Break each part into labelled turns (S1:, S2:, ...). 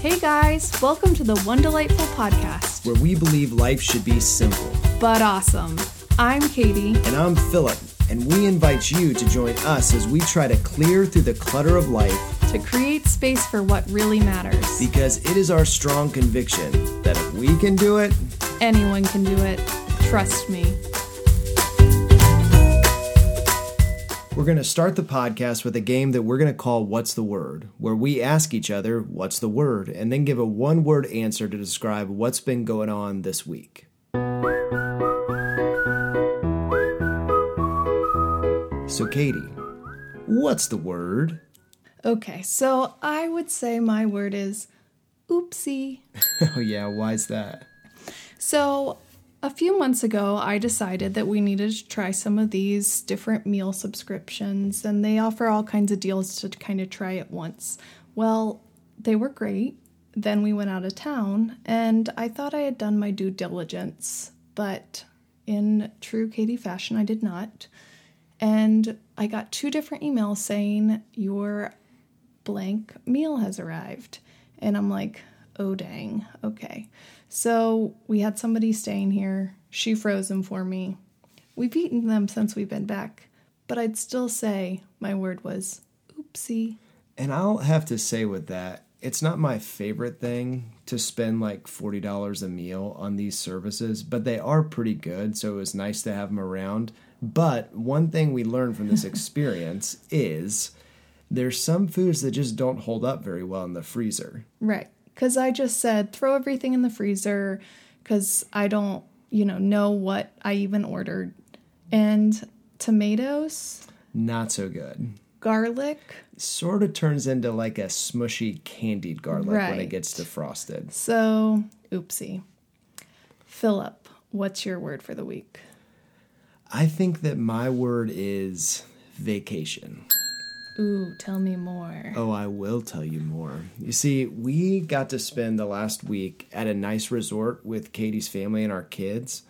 S1: Hey guys, welcome to the One Delightful podcast,
S2: where we believe life should be simple.
S1: but awesome. I'm Katie.
S2: And I'm Philip, and we invite you to join us as we try to clear through the clutter of life
S1: To create space for what really matters,
S2: because it is our strong conviction that if we can do it,
S1: anyone can do it. Trust me.
S2: we're going to start the podcast with a game that we're going to call What's the Word, where we ask each other, What's the Word? and then give a one word answer to describe what's been going on this week. So, Katie, what's the word?
S1: Okay, so I would say my word is oopsie.
S2: Oh, yeah, why's that?
S1: So, a few months ago, I decided that we needed to try some of these different meal subscriptions, and they offer all kinds of deals to kind of try it once. Well, they were great. Then we went out of town, and I thought I had done my due diligence, but in true Katie fashion, I did not. And I got two different emails saying, Your blank meal has arrived. And I'm like, oh dang, okay. So we had somebody staying here. She froze them for me. We've eaten them since we've been back, but I'd still say my word was oopsie.
S2: And I'll have to say with that, it's not my favorite thing to spend like $40 a meal on these services, but they are pretty good, so it was nice to have them around. But one thing we learned from this experience is there's some foods that just don't hold up very well in the freezer.
S1: Right. Because I just said throw everything in the freezer because I don't, you know, know what I even ordered. And tomatoes,
S2: Not so good.
S1: garlic,
S2: Sort of turns into like a smushy candied garlic when it
S1: Right.
S2: gets defrosted.
S1: so oopsie. Philip, what's your word for the week?
S2: I think that my word is vacation.
S1: Ooh, tell me more.
S2: Oh, I will tell you more. You see, we got to spend the last week at a nice resort with Katie's family and our kids.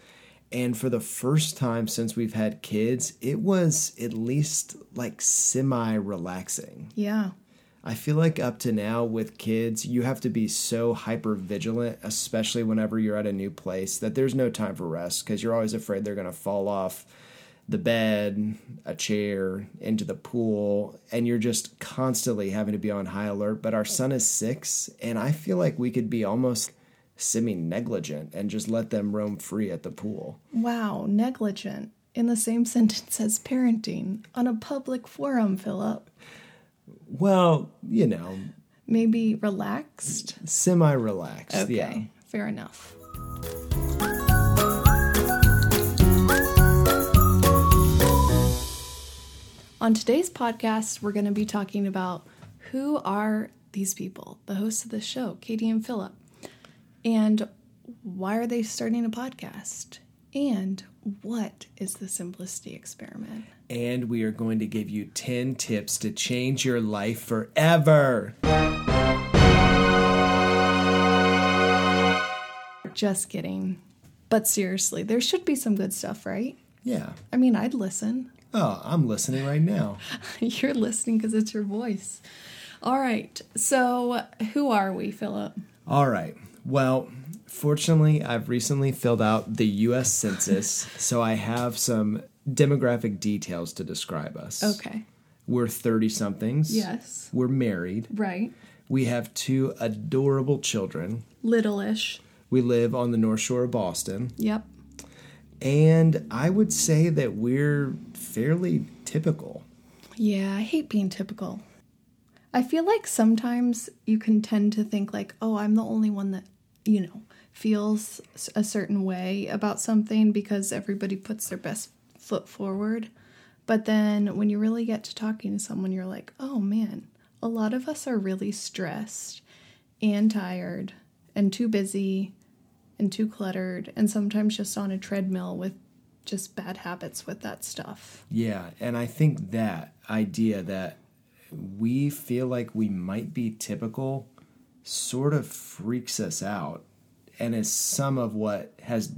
S2: And for the first time since we've had kids, it was at least like semi relaxing.
S1: Yeah.
S2: I feel like up to now with kids, you have to be so hyper vigilant, especially whenever you're at a new place, that there's no time for rest because you're always afraid they're going to fall off the bed, a chair, into the pool, and you're just constantly having to be on high alert. But our son is six, and I feel like we could be almost semi negligent and just let them roam free at the pool.
S1: Wow, negligent in the same sentence as parenting on a public forum, Philip.
S2: Well, you know,
S1: Maybe relaxed?
S2: semi relaxed.
S1: Okay,
S2: Yeah.
S1: fair enough. On today's podcast, we're going to be talking about who are these people, the hosts of the show, Katie and Philip, and why are they starting a podcast? And what is the simplicity experiment?
S2: and we are going to give you 10 tips to change your life forever.
S1: Just kidding. But seriously, there should be some good stuff, right?
S2: Yeah.
S1: I mean, I'd listen.
S2: Oh, I'm listening right now.
S1: You're listening because it's your voice. All right. So, who are we, Philip?
S2: All right. Well, fortunately, I've recently filled out the US Census, so I have some demographic details to describe us.
S1: Okay.
S2: We're 30 somethings.
S1: Yes.
S2: We're married.
S1: Right.
S2: We have two adorable children.
S1: Littleish.
S2: We live on the North Shore of Boston.
S1: Yep.
S2: And I would say that we're fairly typical.
S1: Yeah, I hate being typical. I feel like sometimes you can tend to think, like, oh, I'm the only one that, you know, feels s- a certain way about something because everybody puts their best foot forward. But then when you really get to talking to someone, you're like, oh man, a lot of us are really stressed and tired and too busy and too cluttered and sometimes just on a treadmill with just bad habits with that stuff.
S2: Yeah, and I think that idea that we feel like we might be typical sort of freaks us out and is some of what has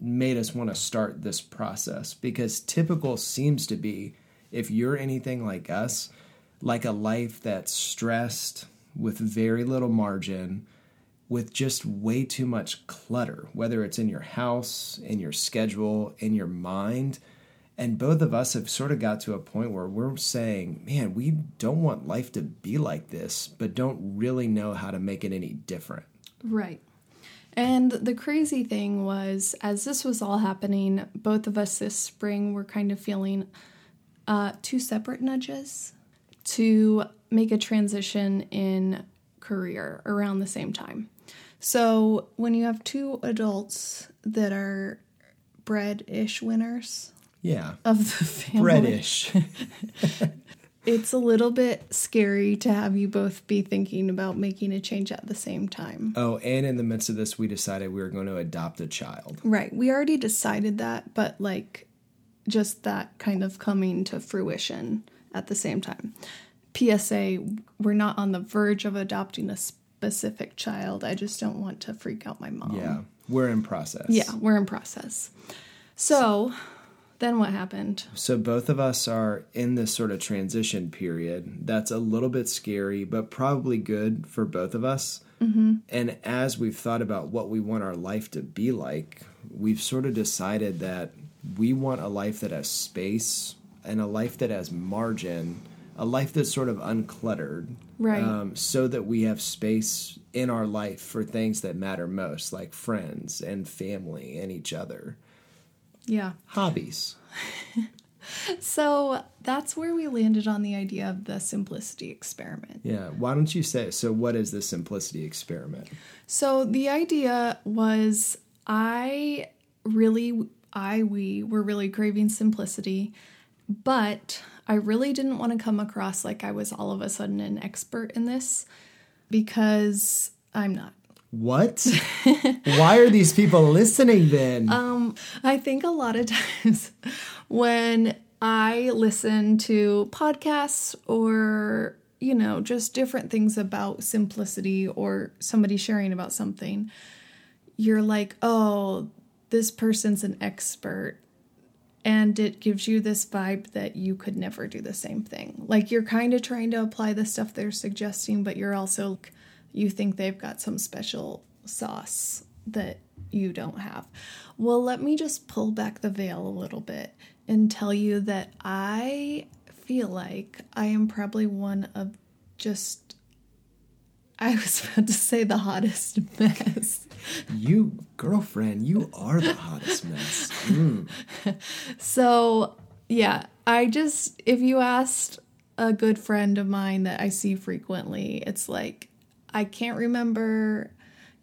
S2: made us want to start this process because typical seems to be if you're anything like us, like a life that's stressed with very little margin, with just way too much clutter, whether it's in your house, in your schedule, in your mind. And both of us have sort of got to a point where we're saying, man, we don't want life to be like this, but don't really know how to make it any different.
S1: Right. And the crazy thing was, as this was all happening, both of us this spring were kind of feeling uh, two separate nudges to make a transition in career around the same time. So when you have two adults that are bread ish winners
S2: Yeah.
S1: of the family,
S2: Reddish.
S1: it's a little bit scary to have you both be thinking about making a change at the same time.
S2: oh, and in the midst of this, we decided we were going to adopt a child.
S1: Right. We already decided that, but like just that kind of coming to fruition at the same time. PSA, we're not on the verge of adopting a specific child. I just don't want to freak out my mom.
S2: Yeah. We're in process.
S1: Yeah, we're in process. So then what happened?
S2: So both of us are in this sort of transition period that's a little bit scary, but probably good for both of us. Mm-hmm. And as we've thought about what we want our life to be like, we've sort of decided that we want a life that has space and a life that has margin, a life that's sort of uncluttered.
S1: Right.
S2: Um, so that we have space in our life for things that matter most, like friends and family and each other,
S1: Yeah.
S2: hobbies.
S1: So that's where we landed on the idea of the simplicity experiment.
S2: Yeah. Why don't you say so? What is the simplicity experiment?
S1: So the idea was I really I we were really craving simplicity, but I really didn't want to come across like I was all of a sudden an expert in this because I'm not.
S2: What? Why are these people listening then?
S1: Um, I think a lot of times when I listen to podcasts or, you know, just different things about simplicity or somebody sharing about something, you're like, oh, this person's an expert. And it gives you this vibe that you could never do the same thing. Like you're kind of trying to apply the stuff they're suggesting, but you're also, you think they've got some special sauce that you don't have. Well, let me just pull back the veil a little bit and tell you that I feel like I am probably one of just, I was about to say the hottest mess.
S2: you, girlfriend, you are the hottest mess.
S1: So, yeah, I just, if you asked a good friend of mine that I see frequently, it's like, I can't remember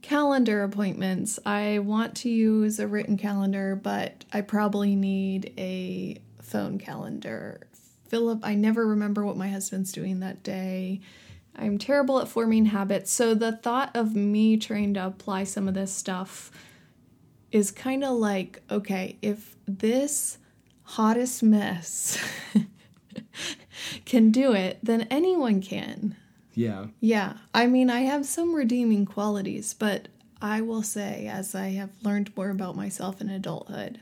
S1: calendar appointments. I want to use a written calendar, but I probably need a phone calendar. Philip, I never remember what my husband's doing that day. I'm terrible at forming habits. So, the thought of me trying to apply some of this stuff is kind of like okay, if this hottest mess can do it, then anyone can.
S2: Yeah.
S1: Yeah, I mean, I have some redeeming qualities, but I will say, as I have learned more about myself in adulthood,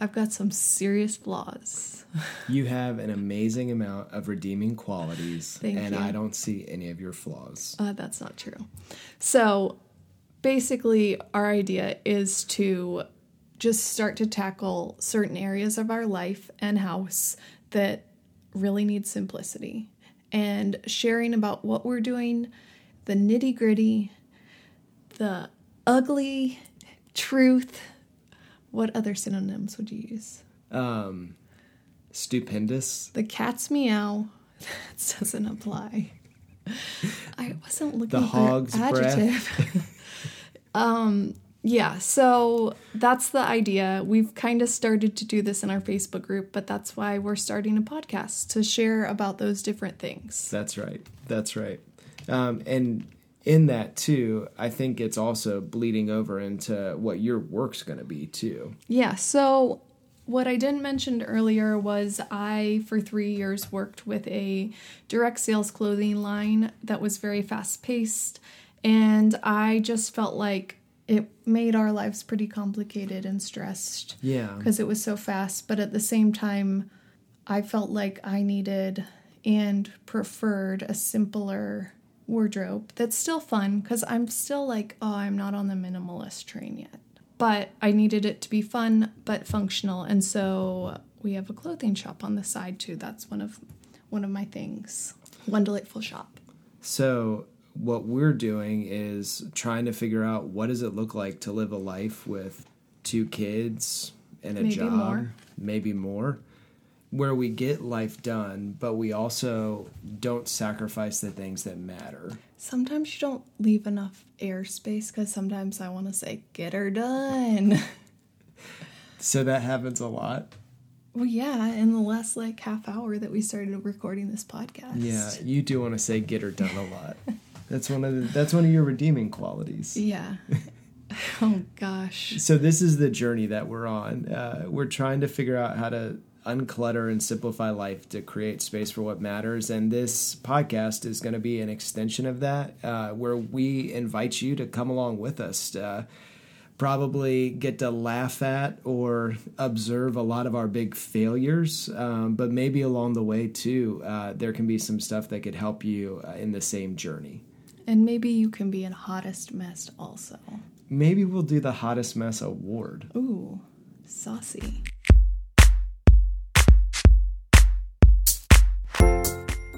S1: I've got some serious flaws.
S2: You have an amazing amount of redeeming qualities,
S1: Thank
S2: and
S1: you.
S2: I don't see any of your flaws.
S1: Uh, that's not true. So basically, our idea is to just start to tackle certain areas of our life and house that really need simplicity and sharing about what we're doing, the nitty gritty, the ugly truth. What other synonyms would you use?
S2: Um, stupendous.
S1: The cat's meow. That doesn't apply. I wasn't looking for
S2: hog's breath.
S1: adjective. um, yeah, so that's the idea. We've kind of started to do this in our Facebook group, but that's why we're starting a podcast to share about those different things.
S2: That's right. That's right. Um, and in that too, I think it's also bleeding over into what your work's going to be too.
S1: Yeah, so what I didn't mention earlier was I, for three years, worked with a direct sales clothing line that was very fast paced. And I just felt like it made our lives pretty complicated and stressed
S2: Yeah.
S1: because it was so fast. But at the same time, I felt like I needed and preferred a simpler wardrobe that's still fun because I'm still like, oh, I'm not on the minimalist train yet. But I needed it to be fun but functional. And so we have a clothing shop on the side too. That's one of one of my things. One delightful shop.
S2: So what we're doing is trying to figure out what does it look like to live a life with two kids and a
S1: Maybe
S2: job,
S1: more.
S2: maybe more, where we get life done, but we also don't sacrifice the things that matter.
S1: Sometimes you don't leave enough airspace because sometimes I want to say, get her done.
S2: So that happens a lot.
S1: well, yeah, in the last like half hour that we started recording this podcast.
S2: Yeah, you do want to say get her done a lot. That's one of the, that's one of your redeeming qualities.
S1: Yeah. oh gosh.
S2: So this is the journey that we're on. Uh, we're trying to figure out how to unclutter and simplify life to create space for what matters, and this podcast is going to be an extension of that, uh, where we invite you to come along with us. Uh, probably get to laugh at or observe a lot of our big failures. Um, but maybe along the way, too, uh, there can be some stuff that could help you uh, in the same journey.
S1: And maybe you can be in hottest mess also.
S2: Maybe we'll do the Hottest Mess Award.
S1: Ooh, saucy.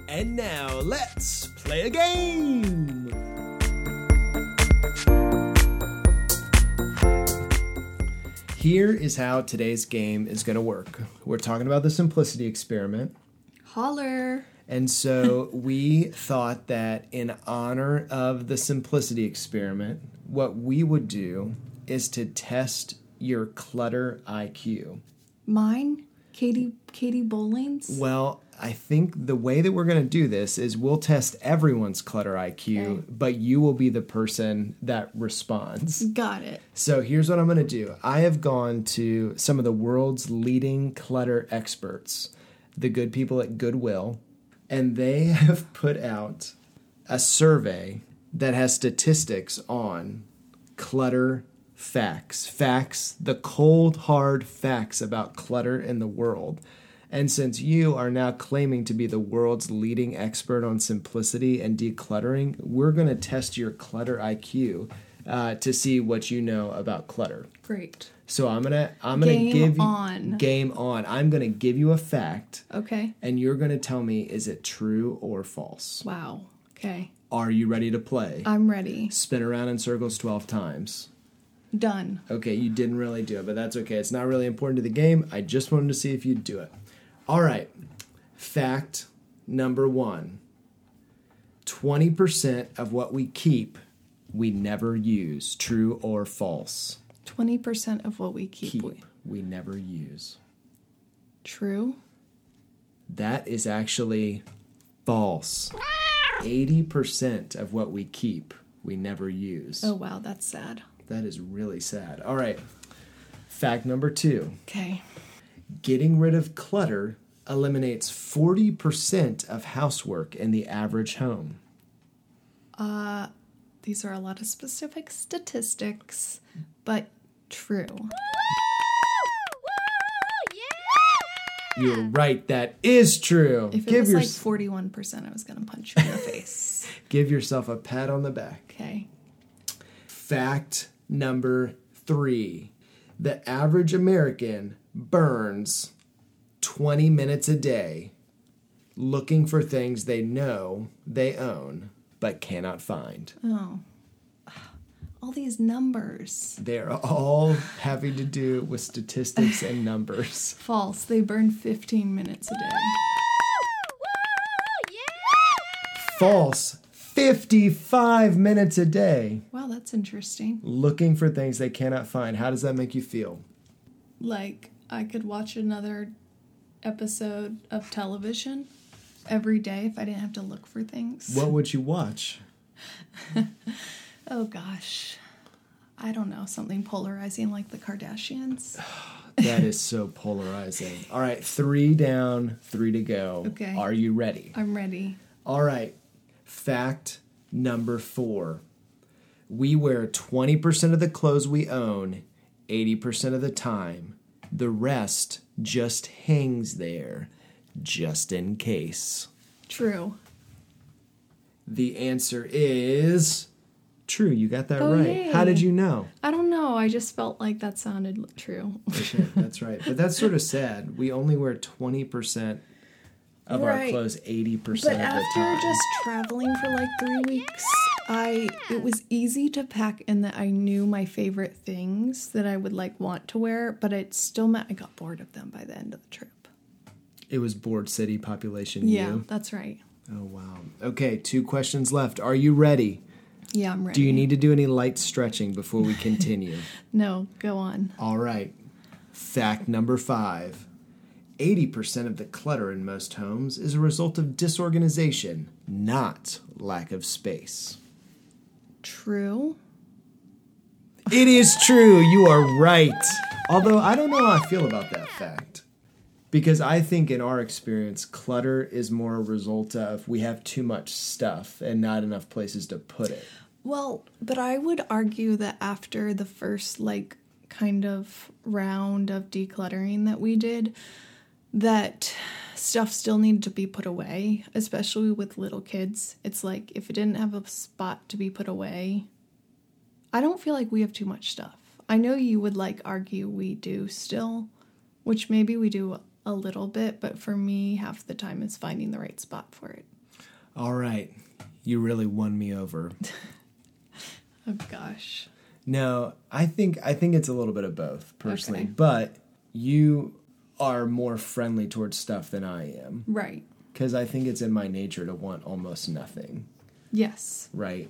S2: And now let's play a game. Here is how today's game is going to work. We're talking about the simplicity experiment.
S1: Holler.
S2: And so we thought that in honor of the simplicity experiment, what we would do is to test your clutter IQ.
S1: Mine, Katie Katie Bowling's.
S2: Well, I think the way that we're going to do this is we'll test everyone's clutter IQ,
S1: Okay.
S2: but you will be the person that responds.
S1: Got it.
S2: So here's what I'm going to do I have gone to some of the world's leading clutter experts, the good people at Goodwill, and they have put out a survey that has statistics on clutter facts, facts, the cold, hard facts about clutter in the world. And since you are now claiming to be the world's leading expert on simplicity and decluttering, we're going to test your clutter IQ uh, to see what you know about clutter.
S1: Great.
S2: So I'm gonna I'm gonna
S1: Game
S2: give you
S1: on.
S2: game on. I'm gonna give you a fact,
S1: Okay.
S2: and you're gonna tell me is it true or false.
S1: Wow. Okay.
S2: Are you ready to play?
S1: I'm ready.
S2: Spin around in circles twelve times.
S1: Done.
S2: Okay, you didn't really do it, but that's okay. It's not really important to the game. I just wanted to see if you'd do it. All right. Fact number one 20% of what we keep, we never use. True or false?
S1: 20% of what we keep.
S2: Keep, we never use.
S1: True.
S2: That is actually false. 80% of what we keep, we never use.
S1: Oh wow, that's sad.
S2: That is really sad. All right. Fact number two.
S1: Okay.
S2: Getting rid of clutter eliminates 40% of housework in the average home.
S1: These are a lot of specific statistics, but true.
S2: You're right, that is true.
S1: If it
S2: Give,
S1: was
S2: your,
S1: like 41%, I was going to punch you in the face.
S2: give yourself a pat on the back.
S1: Okay.
S2: Fact number three the average American burns 20 minutes a day looking for things they know they own but cannot find.
S1: Oh. All these numbers.
S2: They're all having to do with statistics and numbers.
S1: False. They burn 15 minutes a day.
S2: false 55 minutes a day
S1: Wow, that's interesting.
S2: looking for things they cannot find. How does that make you feel?
S1: Like, I could watch another episode of television every day if I didn't have to look for things.
S2: What would you watch?
S1: Oh, gosh. I don't know. Something polarizing like the Kardashians.
S2: That is so polarizing. All right, three down, three to go.
S1: Okay.
S2: Are you ready?
S1: I'm ready.
S2: All right, fact number four we wear 20% of the clothes we own 80% of the time, the rest just hangs there just in case.
S1: True.
S2: The answer is true. You got that
S1: Oh,
S2: right.
S1: yay.
S2: How did you know?
S1: I don't know. I just felt like that sounded l- true.
S2: Shit, that's right. But that's sort of sad. We only wear 20% of our
S1: Right.
S2: clothes 80%
S1: But
S2: of the
S1: after
S2: time.
S1: just traveling for like three weeks, I it was easy to pack in that I knew my favorite things that I would like want to wear, but it still meant I got bored of them by the end of the trip.
S2: it was bored city population
S1: Yeah,
S2: you.
S1: that's right.
S2: Oh wow. Okay, two questions left. Are you ready?
S1: Yeah, I'm ready.
S2: Do you need to do any light stretching before we continue?
S1: No, go on.
S2: All right. Fact number 5. 80% of the clutter in most homes is a result of disorganization, not lack of space.
S1: True.
S2: It is true. You are right. Although I don't know how I feel about that fact. Because I think in our experience, clutter is more a result of we have too much stuff and not enough places to put it.
S1: Well, but I would argue that after the first like kind of round of decluttering that we did, that stuff still needed to be put away, especially with little kids. It's like if it didn't have a spot to be put away, I don't feel like we have too much stuff. I know you would like argue we do still, which maybe we do a little bit, but for me, half the time is finding the right spot for it.
S2: All right. You really won me over.
S1: Oh gosh.
S2: No, I think I think it's a little bit of both personally,
S1: Okay.
S2: but you are more friendly towards stuff than I am
S1: Right.
S2: cuz I think it's in my nature to want almost nothing,
S1: Yes,
S2: right?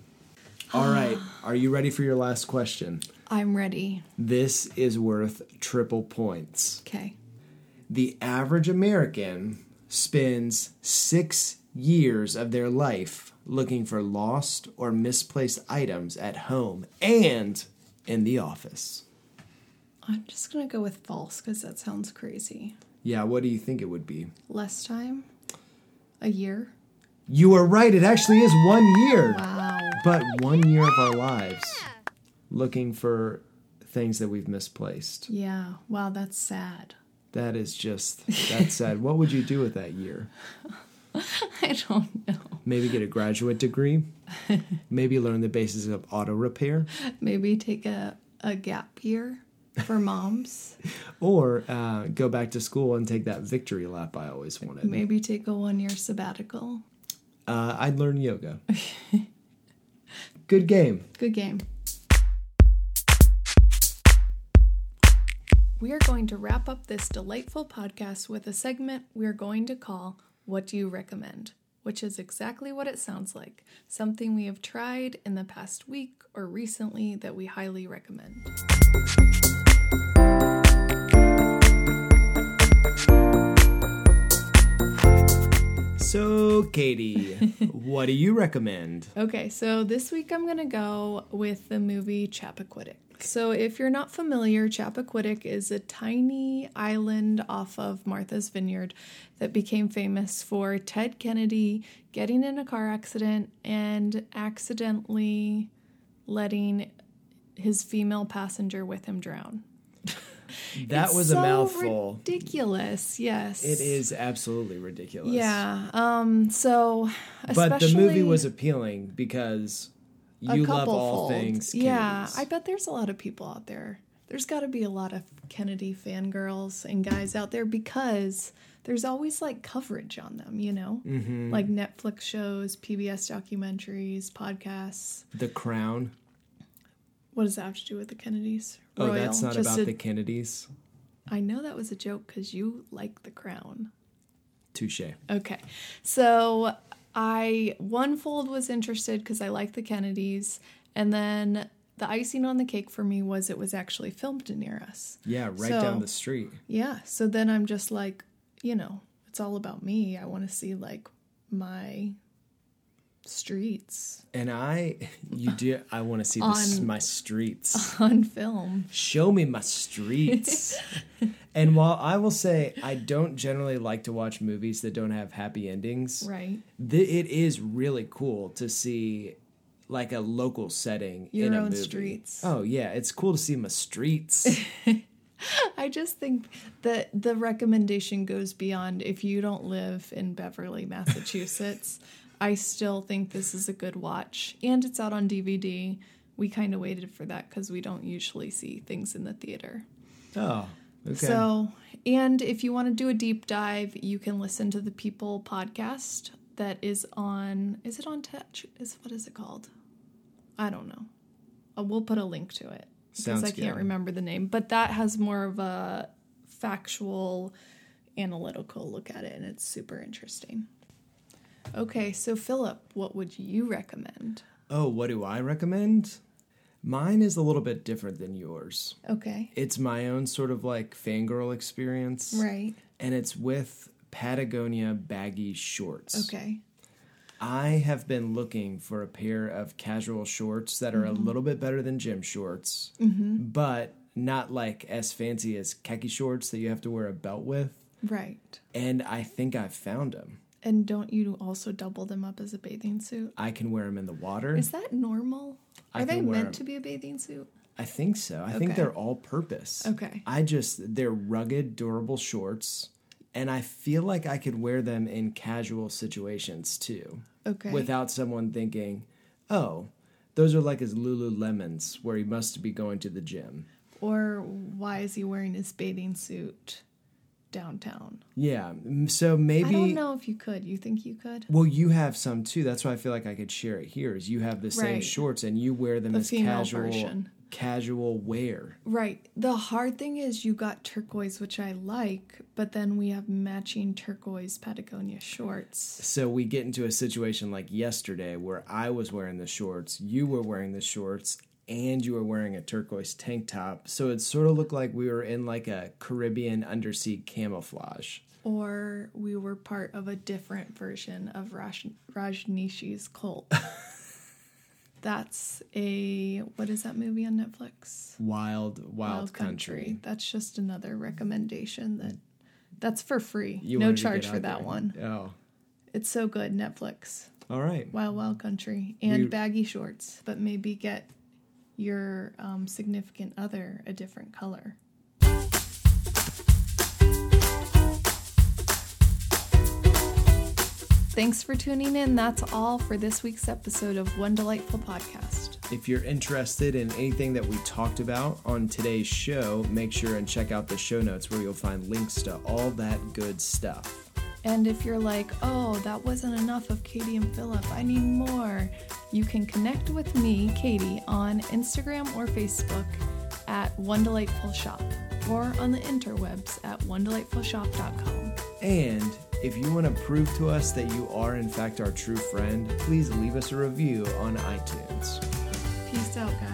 S2: All right. Are you ready for your last question?
S1: I'm ready.
S2: This is worth triple points.
S1: Okay.
S2: The average American spends six years of their life looking for lost or misplaced items at home and in the office.
S1: I'm just going to go with false because that sounds crazy.
S2: Yeah, what do you think it would be?
S1: Less time? A year?
S2: You are right, it actually is one year.
S1: Wow.
S2: But one year of our lives looking for things that we've misplaced.
S1: Yeah. Wow, that's sad.
S2: That is just, that's sad. What would you do with that year?
S1: I don't know.
S2: Maybe get a graduate degree. Maybe learn the basis of auto repair.
S1: Maybe take a, a gap year for moms.
S2: Or uh, go back to school and take that victory lap I always wanted.
S1: Maybe take a one year sabbatical.
S2: Uh, I'd learn yoga. Good game.
S1: Good game. We are going to wrap up this delightful podcast with a segment we're going to call What Do You Recommend? Which is exactly what it sounds like something we have tried in the past week or recently that we highly recommend.
S2: So, Katie, what do you recommend?
S1: Okay, so this week I'm going to go with the movie Chappaquiddick. So, if you're not familiar, Chappaquiddick is a tiny island off of Martha's Vineyard that became famous for Ted Kennedy getting in a car accident and accidentally letting his female passenger with him drown.
S2: That was a
S1: So
S2: mouthful.
S1: Ridiculous, yes.
S2: It is absolutely ridiculous.
S1: Yeah. Um. So,
S2: But the movie
S1: especially-
S2: was appealing because
S1: a
S2: you love
S1: couple
S2: all
S1: fold.
S2: things Kennedys.
S1: Yeah, I bet there's a lot of people out there. There's got to be a lot of Kennedy fangirls and guys out there because there's always like coverage on them, you know,
S2: Mm-hmm.
S1: like Netflix shows, PBS documentaries, podcasts.
S2: the Crown.
S1: What does that have to do with the Kennedys?
S2: Oh, that's not
S1: Just
S2: about
S1: a-
S2: the Kennedys.
S1: I know that was a joke because you like The Crown.
S2: Touche.
S1: Okay. So I one fold was interested because I like the Kennedys, and then the icing on the cake for me was it was actually filmed near us.
S2: Yeah, right
S1: So-
S2: down the street.
S1: Yeah. So then I'm just like, you know, it's all about me. I want to see like my streets
S2: And I, you do. I want to see the,
S1: On-
S2: s- my streets.
S1: on film.
S2: Show me my streets. and while I will say I don't generally like to watch movies that don't have happy endings,
S1: Right.
S2: th- it is really cool to see like a local setting
S1: Your
S2: in a
S1: own
S2: movie.
S1: streets.
S2: Oh yeah, it's cool to see my streets.
S1: I just think that the recommendation goes beyond if you don't live in Beverly, Massachusetts. I still think this is a good watch. And it's out on DVD. We kind of waited for that because we don't usually see things in the theater.
S2: Oh, okay.
S1: So, and if you want to do a deep dive, you can listen to the People podcast that is on. Is it on Touch? Is what is it called? I don't know. Uh, we'll put a link to it because
S2: Sounds
S1: I can't
S2: good.
S1: remember the name. But that has more of a factual, analytical look at it, and it's super interesting. Okay, so Philip, what would you recommend?
S2: oh, what do I recommend? Mine is a little bit different than yours.
S1: Okay,
S2: It's my own sort of like fangirl experience.
S1: right.
S2: And it's with Patagonia baggy shorts.
S1: Okay,
S2: I have been looking for a pair of casual shorts that are a
S1: Mm-hmm.
S2: little bit better than gym shorts, but not like as fancy as khaki shorts that you have to wear a belt with.
S1: right.
S2: And I think I found them.
S1: And don't you also double them up as a bathing suit?
S2: I can wear them in the water.
S1: Is that normal?
S2: I
S1: Are they
S2: can wear
S1: meant
S2: 'em.
S1: to be a bathing suit?
S2: I think so. I think
S1: Okay.
S2: they're all purpose.
S1: Okay.
S2: I just, they're rugged, durable shorts. And I feel like I could wear them in casual situations too.
S1: Okay.
S2: Without someone thinking, oh, those are like his Lululemons where he must be going to the gym.
S1: or why is he wearing his bathing suit downtown?
S2: Yeah. m- So
S1: I don't
S2: maybe.
S1: know if you could. You think you could?
S2: Well, you have some too. That's why I feel like I could share it here. Is you have the same
S1: Right.
S2: shorts and you wear them as
S1: female
S2: casual
S1: version.
S2: casual wear.
S1: Right. The hard thing is you got turquoise, which I like, but then we have matching turquoise Patagonia shorts.
S2: So we get into a situation like yesterday where I was wearing the shorts, you were wearing the shorts, and you were wearing a turquoise tank top. So it sort of looked like we were in like a Caribbean undersea camouflage.
S1: Or we were part of a different version of Raj- Rajneesh's cult. That's a what is that movie on Netflix?
S2: Wild, wild,
S1: Wild
S2: country.
S1: That's just another recommendation that that's for free.
S2: You
S1: no
S2: wanted to
S1: charge
S2: get
S1: for
S2: out
S1: that
S2: there.
S1: one.
S2: Oh,
S1: It's so good. Netflix,
S2: all right.
S1: Wild Wild Country, and
S2: We-
S1: baggy shorts, but maybe get your um, significant other a different color. Thanks for tuning in. That's all for this week's episode of One Delightful Podcast.
S2: If you're interested in anything that we talked about on today's show, make sure and check out the show notes where you'll find links to all that good stuff.
S1: And if you're like, oh, that wasn't enough of Katie and Philip, I need more, you can connect with me, Katie, on Instagram or Facebook at One Delightful Shop or on the interwebs at onedelightfulshop.com.
S2: And if you want to prove to us that you are, in fact, our true friend, please leave us a review on iTunes.
S1: Peace out, guys.